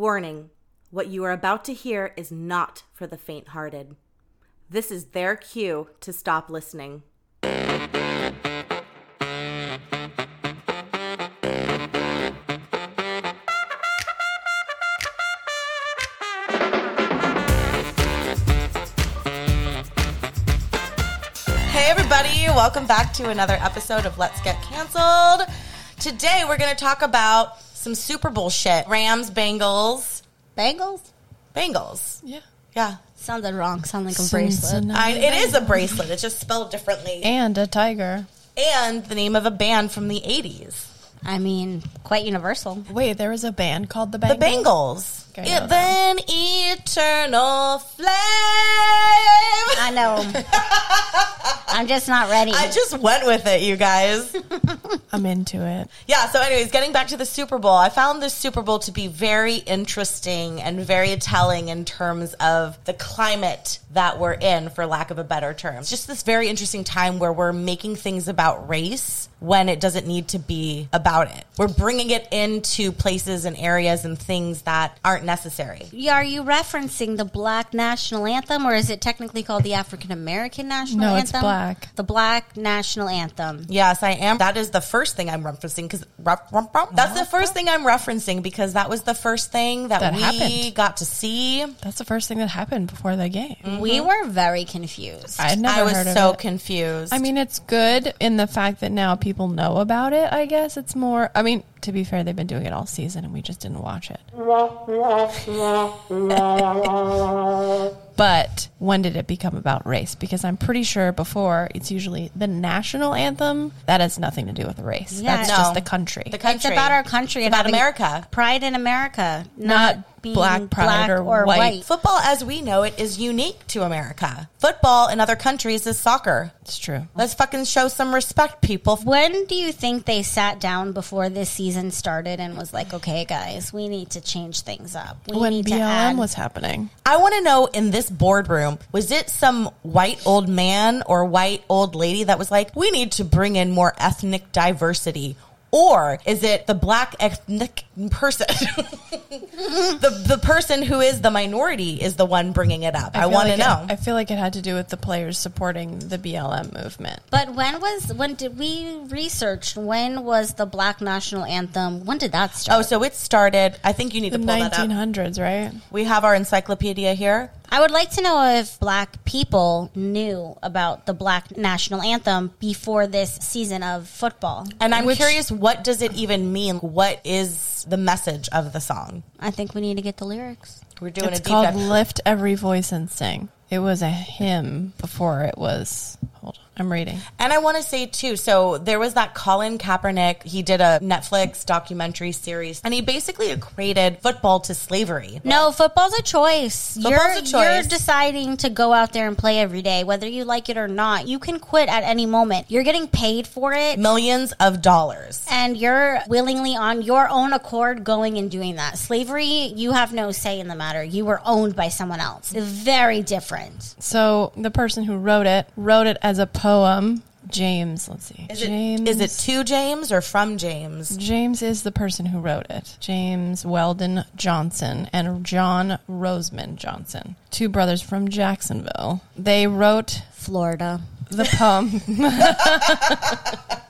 Warning what you are about to hear is not for the faint hearted. This is their cue to stop listening. Hey, everybody, welcome back to another episode of Let's Get Canceled. Today, we're going to talk about some Super Bowl shit Rams, Bengals, Bangles? Bengals. Yeah. Yeah. Sounded wrong. Sounded like a bracelet. I, it is a bracelet, it's just spelled differently. And a tiger. And the name of a band from the 80s I mean, quite universal. Wait, there was a band called the The Bangles. Bengals. Okay, I know It then eternal flame. I know. 'em. I'm just not ready. I just went with it, you guys. I'm into it. Yeah, so anyways, getting back to the Super Bowl, I found this Super Bowl to be very interesting and very telling in terms of the climate that we're in, for lack of a better term. It's just this very interesting time where we're making things about race when it doesn't need to be about it. We're bringing it into places and areas and things that aren't necessary. Yeah, Are you referencing the black national anthem, or is it technically called the African American national No, anthem? it's black. The black national anthem. Yes, I am. That is the first thing I'm referencing because that's the first thing I'm referencing because that was the first thing that, That we happened. got to see. That's the first thing that happened before the game. We were very confused. I'd never I was heard of so it. confused. I mean, it's good in the fact that now people know about it, I guess. It's more, I mean, to be fair, they've been doing it all season and we just didn't watch it. but when did it become about race? Because I'm pretty sure before it's usually the national anthem. That has nothing to do with race. Yeah. That's No. just the country. the country. it's about our country. and about having America. Pride in America. Not being black pride or white. Football, as we know it, is unique to America. Football in other countries is soccer. it's true. Let's fucking show some respect, people. When do you think they sat down before this season started and was like, okay, guys, we need to change things up? We When need to BLM add. was happening. I want to know in this boardroom, was it some white old man or white old lady that was like, we need to bring in more ethnic diversity? Or is it the black ethnic person? the, the person who is the minority is the one bringing it up. I, feel want to like know. It, I feel like it had to do with the players supporting the BLM movement. but when was when did we research? When was the Black National Anthem? When did that start? oh, so it started. I think you need The to pull that up. 1900s, right? We have our encyclopedia here. Oh, I would like to know if Black people knew about the Black National Anthem before this season of football. And I'm curious, what does it even mean? What is the message of the song? I think we need to get the lyrics. We're doing It's a deep called dive. Lift Every Voice and Sing. It was a hymn before it was. Hold on, I'm reading. and I want to say too, so there was that Colin Kaepernick. He did a Netflix documentary series, and he basically equated football to slavery. No, football's a choice. you're, Football's a You're choice. deciding to go out there and play every day, whether you like it or not. You can quit at any moment. You're getting paid for it. Millions of dollars. And you're willingly on your own accord going and doing that. Slavery, you have no say in the matter. You were owned by someone else. Very different. So the person who wrote it wrote it as a poem. James, let's see. Is it, James is it to James or from James? James is the person who wrote it. James Weldon Johnson and John Roseman Johnson, two brothers from Jacksonville. They wrote Florida. the poem.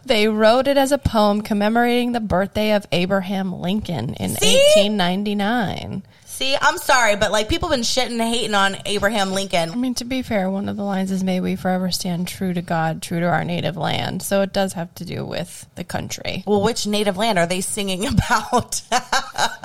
they wrote it as a poem commemorating the birthday of Abraham Lincoln in See? 1899. See, I'm sorry, but like people been shitting and hating on Abraham I Lincoln. mean, to be fair, one of the lines is "May we forever stand true to God, true to our native land." So it does have to do with the country. Well, which native land are they singing about?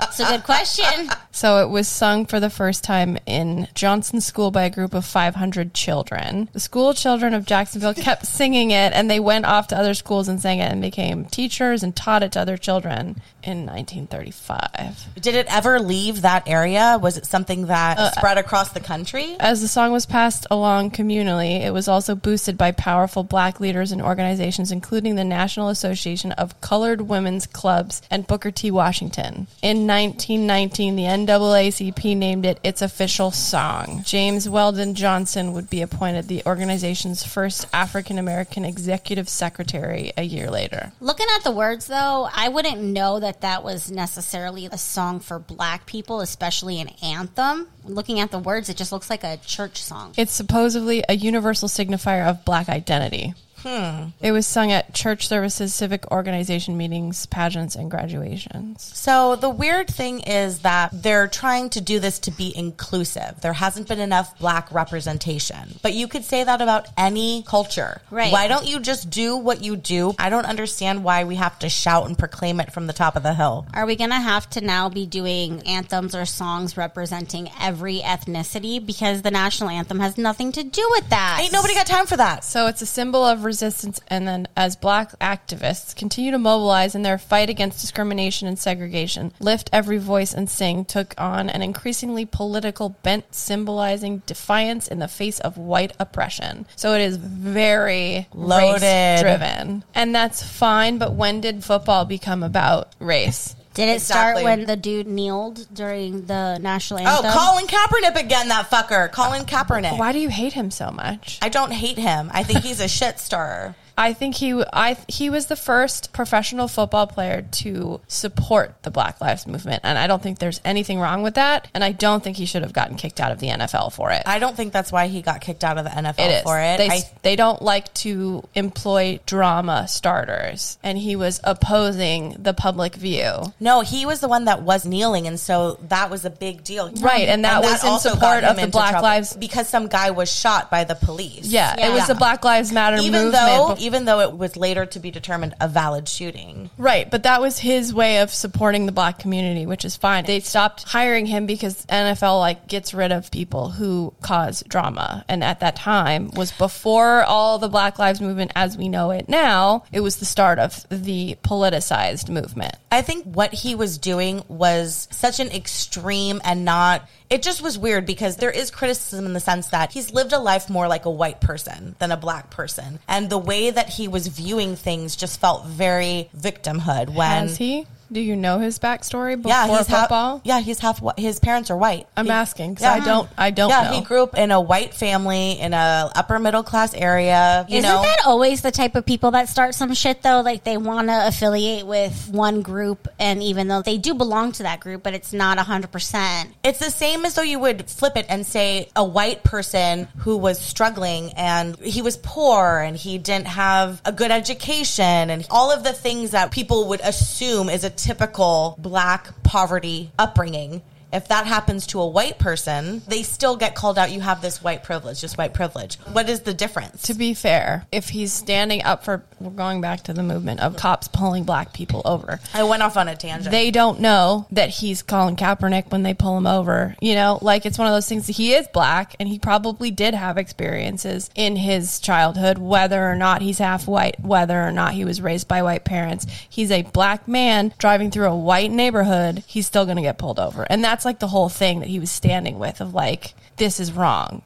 It's a good question. So it was sung for the first time in Johnson School by a group of 500 children. The school children of Jacksonville kept singing it and they went off to other schools and sang it and became teachers and taught it to other children in 1935. Did it ever leave that area? Was it something that spread across the country? As the song was passed along communally, it was also boosted by powerful black leaders and organizations, including the National Association of Colored Women's Clubs and Booker T. Washington. In 1919, the NAACP named it its official song. James Weldon Johnson would be appointed the organization's first African American executive secretary a year later. Looking at the words, though, I wouldn't know that that was necessarily a song for black people, especially an anthem. Looking at the words, it just looks like a church song. It's supposedly a universal signifier of black identity. It was sung at church services, civic organization meetings, pageants, and graduations. So the weird thing is that they're trying to do this to be inclusive. There hasn't been enough black representation. But you could say that about any culture. Right. Why don't you just do what you do? I don't understand why we have to shout and proclaim it from the top of the hill. Are we going to have to now be doing anthems or songs representing every ethnicity? Because the national anthem has nothing to do with that. Ain't nobody got time for that. So it's a symbol of resistance. And then, as black activists continue to mobilize in their fight against discrimination and segregation, Lift Every Voice and Sing took on an increasingly political bent, symbolizing defiance in the face of white oppression. So it is very Loaded. driven. And that's fine, but when did football become about race? Did it Exactly. start when the dude kneeled during the national Oh, anthem? Colin Kaepernick again, that fucker. Colin Kaepernick. Why do you hate him so much? I don't hate him. I think he's a shit stirrer. I think he I he was the first professional football player to support the Black Lives Movement, and I don't think there's anything wrong with that. And I don't think he should have gotten kicked out of the NFL for it. I don't think that's why he got kicked out of the NFL it is. for it. They, I- they don't like to employ drama starters, and he was opposing the public view. no, he was the one that was kneeling, and so that was a big deal. Right, and that was in also got support him of the into Black trouble Lives- because some guy was shot by the police. Yeah, Yeah. it was the Black Lives Matter Even movement. though, bef- even though it was later to be determined a valid shooting, Right, but that was his way of supporting the black community, which is fine. They stopped hiring him because NFL like gets rid of people who cause drama. And at that time was before all the Black Lives movement as we know it now, it was the start of the politicized movement. I think what he was doing was such an extreme and not. It just was weird because there is criticism in the sense that he's lived a life more like a white person than a black person, and the way that he was viewing things just felt very victimhood. When Has he? Do you know his backstory before yeah, he's half. football? yeah, he's half. whi- His parents are white. I'm asking because I don't I don't yeah, know. he grew up in a white family in a upper middle class area. You Isn't know, that always the type of people that start some shit though? Like they want to affiliate with one group, and even though they do belong to that group, but it's not hundred percent. It's the same as though you would flip it and say a white person who was struggling and he was poor and he didn't have a good education and all of the things that people would assume is a typical black poverty upbringing. If that happens to a white person, they still get called out. You have this white privilege, just white privilege. What is the difference? to be fair, if he's standing up for we're going back to the movement of cops pulling black people over. I went off on a tangent. They don't know that he's Colin Kaepernick when they pull him over. You know, like it's one of those things that he is black and he probably did have experiences in his childhood, whether or not he's half white, whether or not he was raised by white parents. He's a black man driving through a white neighborhood. He's still going to get pulled over. And that's like the whole thing that he was standing with of like, this is wrong.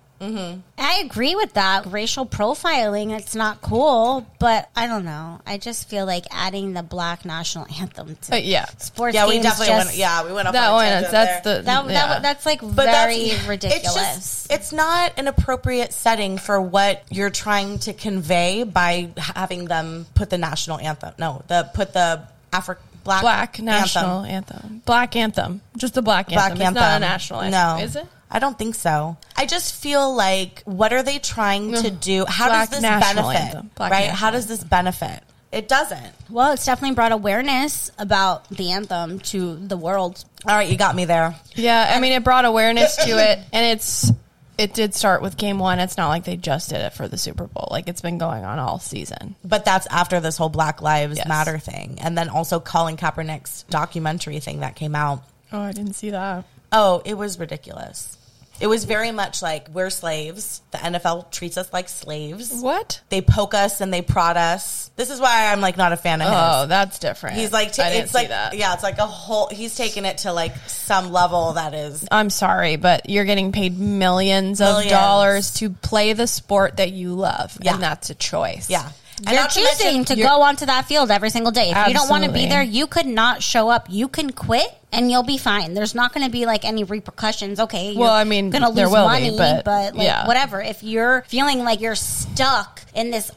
I agree with that. Racial profiling, it's not cool, but I don't know. I just feel like adding the black national anthem to But yeah. sports. yeah, we games definitely just- went. Yeah, we went off That on a one, tangent that's there. the. That, yeah. that, that's like that's- very It's, ridiculous. just, it's not an appropriate setting for what you're trying to convey by having them put the national anthem. No, the put the Afri- black Black anthem. national anthem. Black anthem. Just the black Black anthem. anthem. It's not a national anthem. No, Is it? I don't think so. I just feel like what are they trying to do? How Black does this national benefit? anthem. Black right? national How does this benefit? It doesn't. well, it's definitely brought awareness about the anthem to the world. All right, you got me there. Yeah, I mean, it brought awareness to it, and it's it did start with game one. It's not like they just did it for the Super Bowl; like it's been going on all season. But that's after this whole Black Lives Yes. Matter thing, and then also Colin Kaepernick's documentary thing that came out. Oh, I didn't see that. Oh, it was ridiculous. It was very much like we're slaves. The NFL treats us like slaves. What? They poke us and they prod us. This is why I'm like not a fan of him. Oh, that's different. He's like, I didn't it's see like, that. yeah, it's like a whole. He's taking it to like some level that is. I'm sorry, but you're getting paid millions of Millions. dollars to play the sport that you love, Yeah. and that's a choice. Yeah, and You're not to mention- choosing to, you're- go onto that field every single day. If you don't want to Absolutely. be there, you could not show up. You can quit and you'll be fine. There's not going to be like any repercussions. Okay. You're Well, I mean, gonna there lose will be, money, but- like, yeah. whatever. If you're feeling like you're stuck in this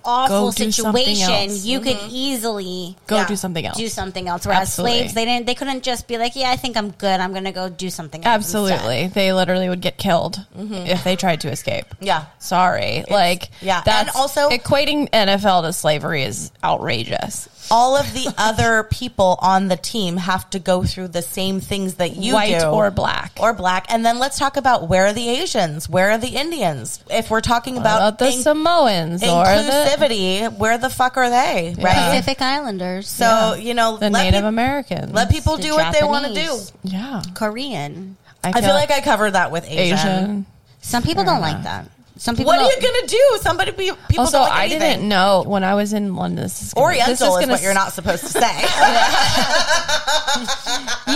Go awful do something situation, else. Mm-hmm. you could easily Go Yeah. do something else. do something else. Whereas Absolutely. slaves, they didn't. They couldn't just be like, "Yeah, I think I'm good. I'm going to go do something." else instead." Absolutely. They literally would get killed Mm-hmm. if they tried to escape. Yeah. Sorry. like yeah. That's And also- equating NFL to slavery is outrageous. all of the other people on the team have to go through the same things that you White do, or black. or black. And then let's talk about where are the Asians, where are the Indians? If we're talking About about, the in- Samoans or the, inclusivity, where the fuck are they? Right. Pacific Islanders, So you know, the let Native peop- Americans. let people The do what they want to do. Japanese. yeah. Korean. I feel like I covered that with Asian. Asian. Some people don't like that. Some people. What are don't- you gonna do? Somebody be people. Also, don't like I anything. didn't know when I was in London. This is gonna, Oriental this is, is gonna what you're s- not supposed to say.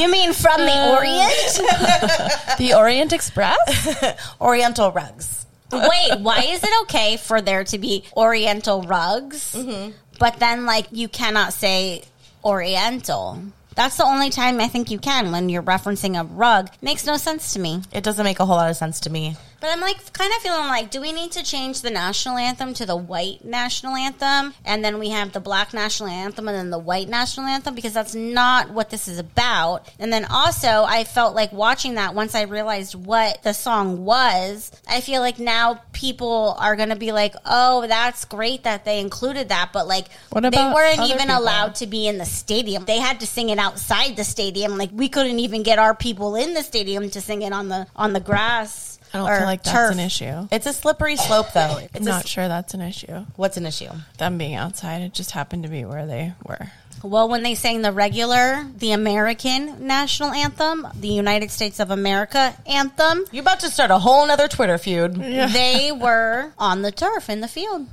You mean from the Orient? The Orient Express. Oriental rugs. Wait, why is it okay for there to be Oriental rugs, but then like you cannot say Oriental? That's the only time I think you can when you're referencing a rug. Makes no sense to me. It doesn't make a whole lot of sense to me. But I'm like kind of feeling like, do we need to change the national anthem to the white national anthem? And then we have the black national anthem and then the white national anthem because that's not what this is about. And then also, I felt like watching that once I realized what the song was, I feel like now people are going to be like, oh, that's great that they included that. But like, What they about weren't other even people? allowed to be in the stadium. They had to sing it outside the stadium. Like, we couldn't even get our people in the stadium to sing it on the, on the grass. I don't or feel like that's turf. an issue. It's a slippery slope, though. It's I'm a not sure that's an issue. What's an issue? Them being outside, it just happened to be where they were. Well, when they sang the regular, the American national anthem, the United States of America anthem, You're about to start a whole nother Twitter feud. they were on the turf in the field.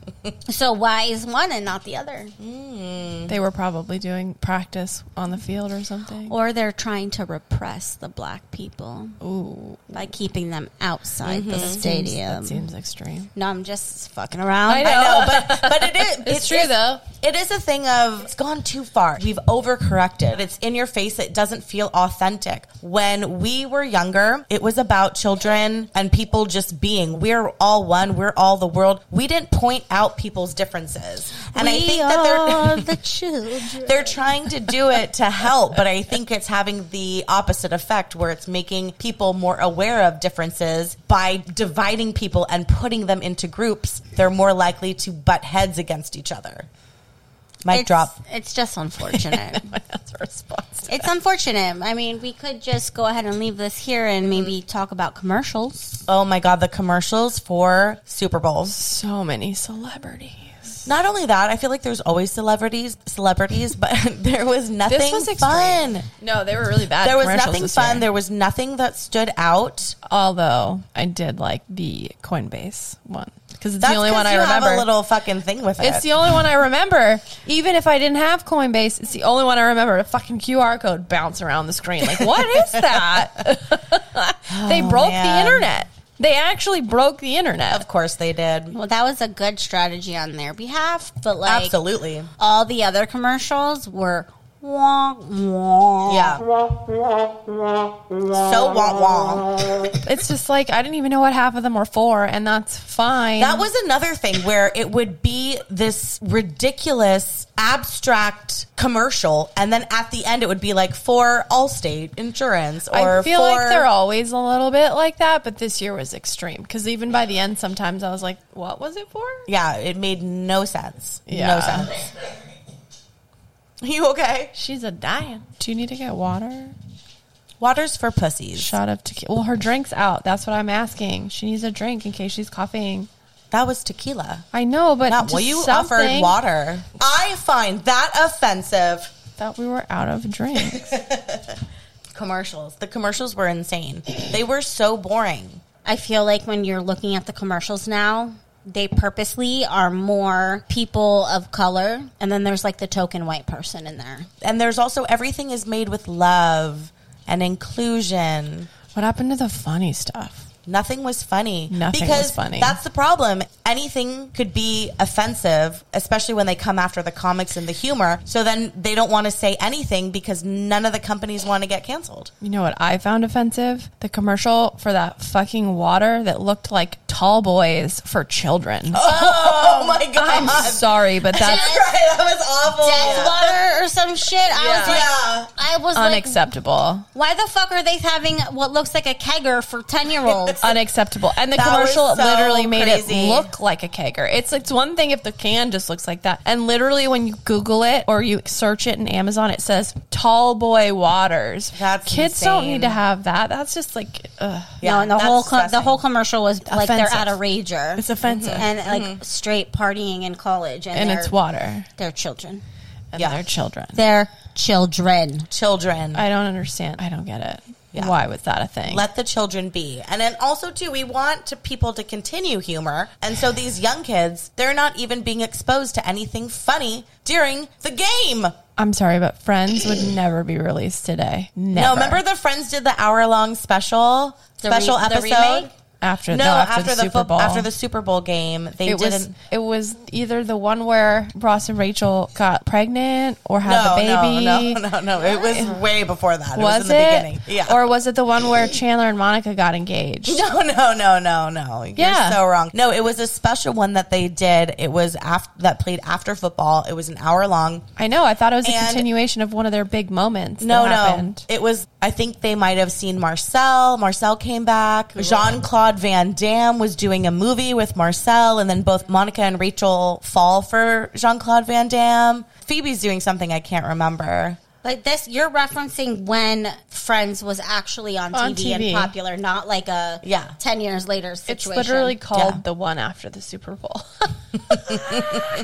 So why is one and not the other? Mm-hmm. They were probably doing practice on the field or something. Or they're trying to repress the black people Ooh, by keeping them outside the that stadium. seems extreme. No, I'm just fucking around. I know. No, but but it is. It's true, though. It is a thing of it's gone too far. We've overcorrected. It's in your face. It doesn't feel authentic. When we were younger, it was about children and people just being. We're all one. We're all the world. We didn't point out people's differences. And I We think that they're are the children. they're trying to do it to help, but I think it's having the opposite effect where it's making people more aware of differences by dividing people and putting them into groups. They're more likely to butt heads against each other. Mic It's- drop. It's just unfortunate. That's a response. it's unfortunate. I mean, we could just go ahead and leave this here and maybe talk about commercials. Oh my God, the commercials for Super Bowls. So many celebrities. Not only that, I feel like there's always celebrities, celebrities, but there was nothing This was extreme. fun. No, they were really bad. There was commercials nothing this fun. year. There was nothing that stood out. Although I did like the Coinbase one because it's That's the only one 'cause I you remember. Have a little fucking thing with it. It's the only one I remember. Even if I didn't have Coinbase, it's the only one I remember. A fucking QR code bounce around the screen. Like, what is that? they broke man. the internet. They actually broke the internet. of course they did. Well, that was a good strategy on their behalf, but like Absolutely. all the other commercials were wah, wah. Yeah. So wah wah. It's just like I didn't even know what half of them were for, and that's fine. That was another thing where it would be this ridiculous abstract commercial, and then at the end it would be like for Allstate Insurance or I feel for like they're always a little bit like that, but this year was extreme because even by the end, sometimes I was like, "What was it for?" yeah. It made no sense. No Yeah. sense. You okay? She's a dying. Do you need to get water? Waters for pussies. Shot of tequila. Well, her drink's out. That's what I'm asking. She needs a drink in case she's coughing. That was tequila. I know, but Not just well. You something offered water. I find that offensive. That we were out of drinks. Commercials. The commercials were insane. They were so boring. I feel like when you're looking at the commercials now, they purposely are more people of color. And then there's like the token white person in there. And there's also everything is made with love and inclusion. What happened to the funny stuff? Nothing was funny. Nothing because was funny. That's the problem. Anything could be offensive, especially when they come after the comics and the humor. So then they don't want to say anything because none of the companies want to get canceled. You know what I found offensive? The commercial for that fucking water that looked like tall boys for children. Oh, my god! I'm sorry, but that's Right, that was awful. Death water or some shit. I was like, Yeah. I was like, unacceptable. why the fuck are they having what looks like a kegger for 10 year olds? unacceptable. And the That was commercial so literally made crazy. it look like a kegger. It's it's one thing if the can just looks like that. And literally when you Google it or you search it in Amazon, it says tall boy waters. That's Kids don't insane. need to have that. That's just like ugh. no, and the that's whole co- the disgusting. whole commercial was like Offensive. they're at a rager. It's offensive. and like straight partying in college, and, And they're- it's water. They're children. And Yeah. they're children. They're children. Children. I don't understand. I don't get it. Yeah. Why was that a thing? let the children be and then also too we want to people to continue humor and so these young kids they're not even being exposed to anything funny during the game I'm sorry, but Friends would never be released today. Never. no remember the friends did the hour-long special The re- special the episode remake? after no, after, the, Super fo- Bowl after the Super Bowl game, they It didn't. was it was either the one where Ross and Rachel got pregnant or had no, the no, baby. no, no, no. It was way before that. It was, Was in the it? beginning. Yeah. Or was it the one where Chandler and Monica got engaged? No, no, no, no, no. You're Yeah. so wrong. No, it was a special one that they did. It was after that played after football. It was an hour long. I know. I thought it was a And- continuation of one of their big moments. No, that no. happened. It was I think they might have seen Marcel. Marcel came back. Jean-Claude Van Damme was doing a movie with Marcel and then both Monica and Rachel fall for Jean-Claude Van Damme. Phoebe's doing something I can't remember. But this, you're referencing when Friends was actually on, On TV, TV. and popular, not like a Yeah. ten years later It's situation. literally called Yeah. the one after the Super Bowl.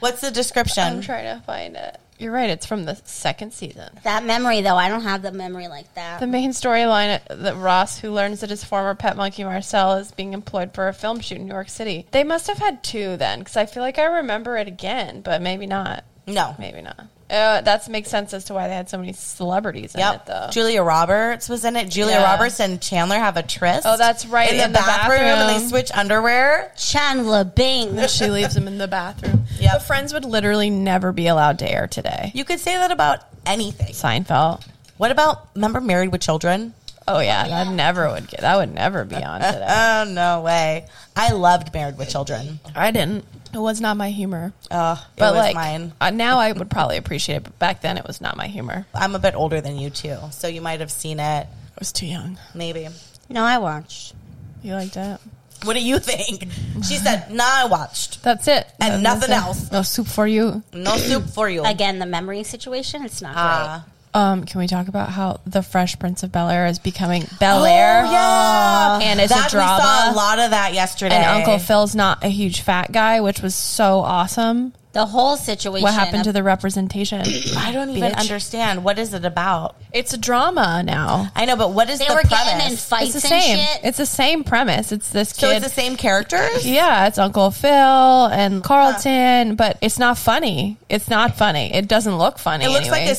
What's the I'm description? trying to find it. You're right. It's from the second season. that memory though. I don't have the memory like that. The main storyline that Ross, who learns that his former pet monkey Marcel is being employed for a film shoot in New York City. They must have had two then, because I feel like I remember it again, but maybe not. No. Maybe not. Uh, that makes sense as to why they had so many celebrities in it, though. Yep. Julia Roberts was in it. Julia Yeah. Roberts and Chandler have a tryst. Oh, that's right, In the, in the bathroom, and they bathroom. switch underwear. Chandler Bing. she leaves him in the bathroom. Yep. But Friends would literally never be allowed to air today. You could say that about anything. Seinfeld. What about remember Married with Children? Oh yeah, that never would get. That would never be on today. Oh no way! I loved Married with Children. I didn't. It was not my humor. Oh, it but was like mine. uh, now, I would probably appreciate it. But back then, it was not my humor. I'm a bit older than you too, so you might have seen it. I was too young. Maybe. No, I watched. You liked it. What do you think? She said, "Nah, I watched. That's it. And That's nothing it. else. No soup for you. No soup for Oh. you." Again, the memory situation. It's not Ah. Um, can we talk about how the Fresh Prince of Bel Air is becoming Bel Air? Oh, yeah, and it's that, a drama. We saw a lot of that yesterday. and Uncle Phil's not a huge fat guy, which was so awesome. great. The whole situation. What happened to the representation? I don't even Bitch. understand what is it about. It's a drama now. I know, but what is They the were getting in premise? It's fights the and same. shit. It's the same premise. It's this kid. so it's the same characters. yeah, it's Uncle Phil and Carlton, but it's not funny. It's not funny. It doesn't look funny. It looks like a anyways.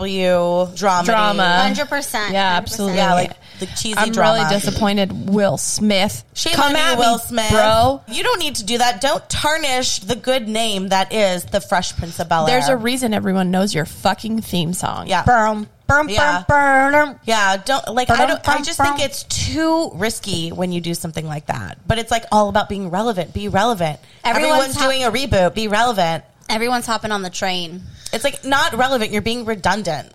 CW drama. Drama. Hundred percent. Yeah, absolutely. Yeah, like the cheesy I'm drama. really disappointed. Will Smith, Shame come on at you, me, Will Smith. bro. You don't need to do that. Don't tarnish the good name that is the Fresh Prince of Bel Air. There's a reason everyone knows your fucking theme song. yeah, Burn, burn, Yeah. burn, burn. yeah. Don't like. I don't. I just think Brum. it's too risky when you do something like that. But it's like all about being relevant. Be relevant. Everyone's, Everyone's ha- doing a reboot. Be relevant. Everyone's hopping on the train. It's like not relevant. You're being redundant.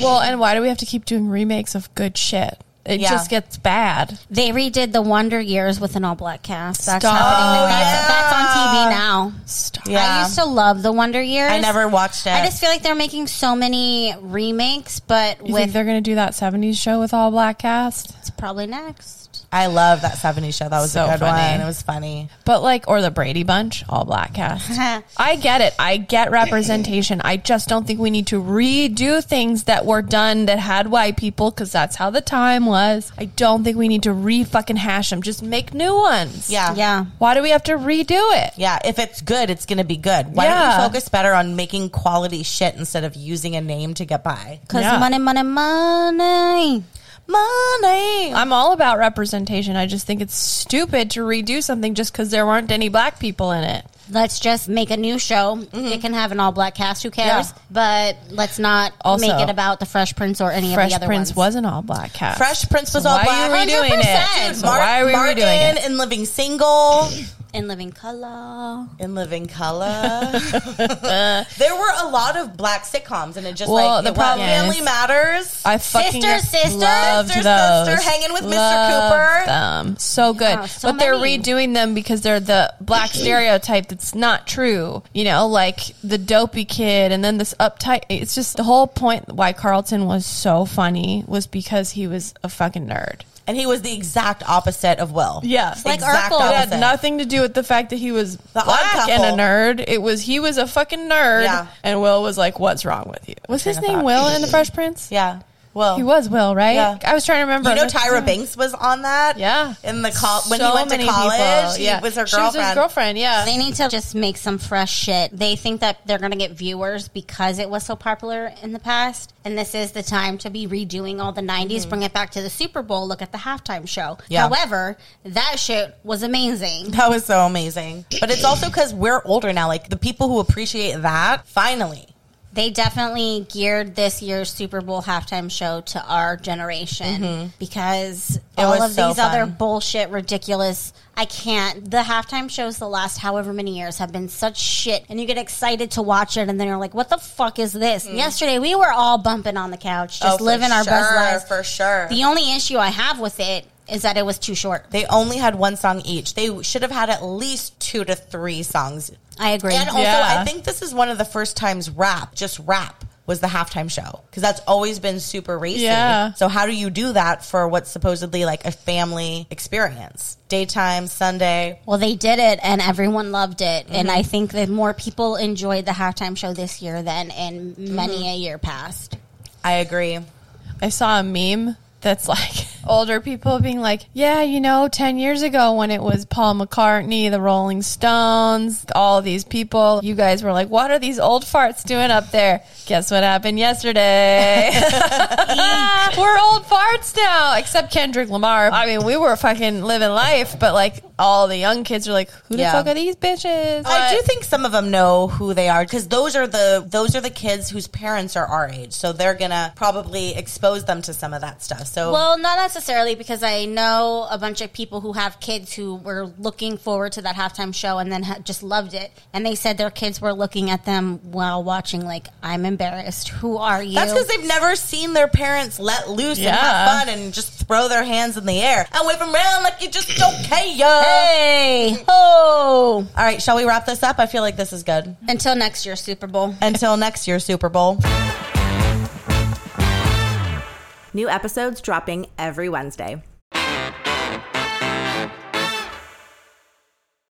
Well, and why do we have to keep doing remakes of good shit? It Yeah. just gets bad. They redid the Wonder Years with an all black cast. That's Stop. happening. Oh, That's, that's on TV now. Stop. Yeah. I used to love the Wonder Years. I never watched it. I just feel like they're making so many remakes, but You think with they're gonna do that '70s show with all black cast? it's probably next. I love that 70s show. That was So a good funny. one. It was funny. But like, or the Brady Bunch, all black cast. I get it. I get representation. I just don't think we need to redo things that were done that had white people because that's how the time was. I don't think we need to re fucking hash them. Just make new ones. Yeah. Yeah. Why do we have to redo it? Yeah, if it's good, it's going to be good. Why don't Yeah. we focus better on making quality shit instead of using a name to get by? Because Yeah. money, money, money. Money. I'm all about representation. I just think it's stupid to redo something just because there weren't any black people in it. Let's just make a new show. Mm-hmm. It can have an all black cast. Who cares? Yeah. But let's not Also- make it about the Fresh Prince or any of Fresh the other Prince was ones. an all black cast. Fresh Prince was So all why black. Are we redoing it? 100%. So why are we Martin redoing it? in Living Single, in Living Color. in Living Color. there were a lot of black sitcoms, and it just Well, like the it problem was is- Family Matters. I fucking Sister, sister, loved sister, those. sister, hanging with Mr. Cooper. Them. Oh, So good. so but they're many. redoing them because they're the black stereotype that's not true. You know, like the dopey kid and then this uptight. It's just the whole point why Carlton was so funny was because he was a fucking nerd. and he was the exact opposite of Will. Yeah. Like exact Urkel. It had opposite. nothing to do with the fact that he was odd black and couple. a nerd. It was he was a fucking nerd, Yeah. and Will was like, "What's wrong with you?" Was his Train of name thought. Will in The Fresh Prince? Yeah. Well, He was Will, right? Yeah. I was trying to remember. You know, I'm like, Tyra Banks was on that. Yeah. in the col- when so he went to many people. college, he was her girlfriend. She was his girlfriend. Yeah. They need to just make some fresh shit. They think that they're going to get viewers because it was so popular in the past. And this is the time to be redoing all the 90s, Mm-hmm. bring it back to the Super Bowl, look at the halftime show. Yeah. However, that shit was amazing. That was so amazing. But it's also because we're older now. Like the people who appreciate that, finally. They definitely geared this year's Super Bowl halftime show to our generation because all Mm-hmm. was of so these other fun. bullshit, ridiculous. I can't. The halftime shows the last however many years have been such shit, and you get excited to watch it, and then you're like, "What the fuck is this?" Yesterday we were all bumping on the couch, just Mm. Oh, for living our best sure, lives. for sure. the only issue I have with it is that it was too short. they only had one song each. They should have had at least two to three songs. I agree. And also, Yeah. I think this is one of the first times rap, just rap, was the halftime show because that's always been super racy. Yeah. So how do you do that for what's supposedly like a family experience? Daytime, Sunday. Well, they did it, and everyone loved it. And I think that more people enjoyed the halftime show this year than in many a year past. I agree. I saw a meme that's like older people being like, yeah, you know, 10 years ago when it was Paul McCartney, the Rolling Stones, all these people, you guys were like, what are these old farts doing up there? Guess what happened yesterday? we're old farts now, except Kendrick Lamar. I mean, we were fucking living life, but like all the young kids are like, who the Yeah. fuck are these bitches? I do What? think some of them know who they are because those are the those are the kids whose parents are our age, so they're gonna probably expose them to some of that stuff. So Well, not necessarily because I know a bunch of people who have kids who were looking forward to that halftime show and then ha- just loved it, and they said their kids were looking at them while watching. Like, I'm embarrassed. Who are you? that's because they've never seen their parents let loose and Yeah. have fun and just throw their hands in the air and wave them around like you just don't care. hey, oh! All right, shall we wrap this up? I feel like this is good. Until next year's Super Bowl. Until next year's Super Bowl. New episodes dropping every Wednesday.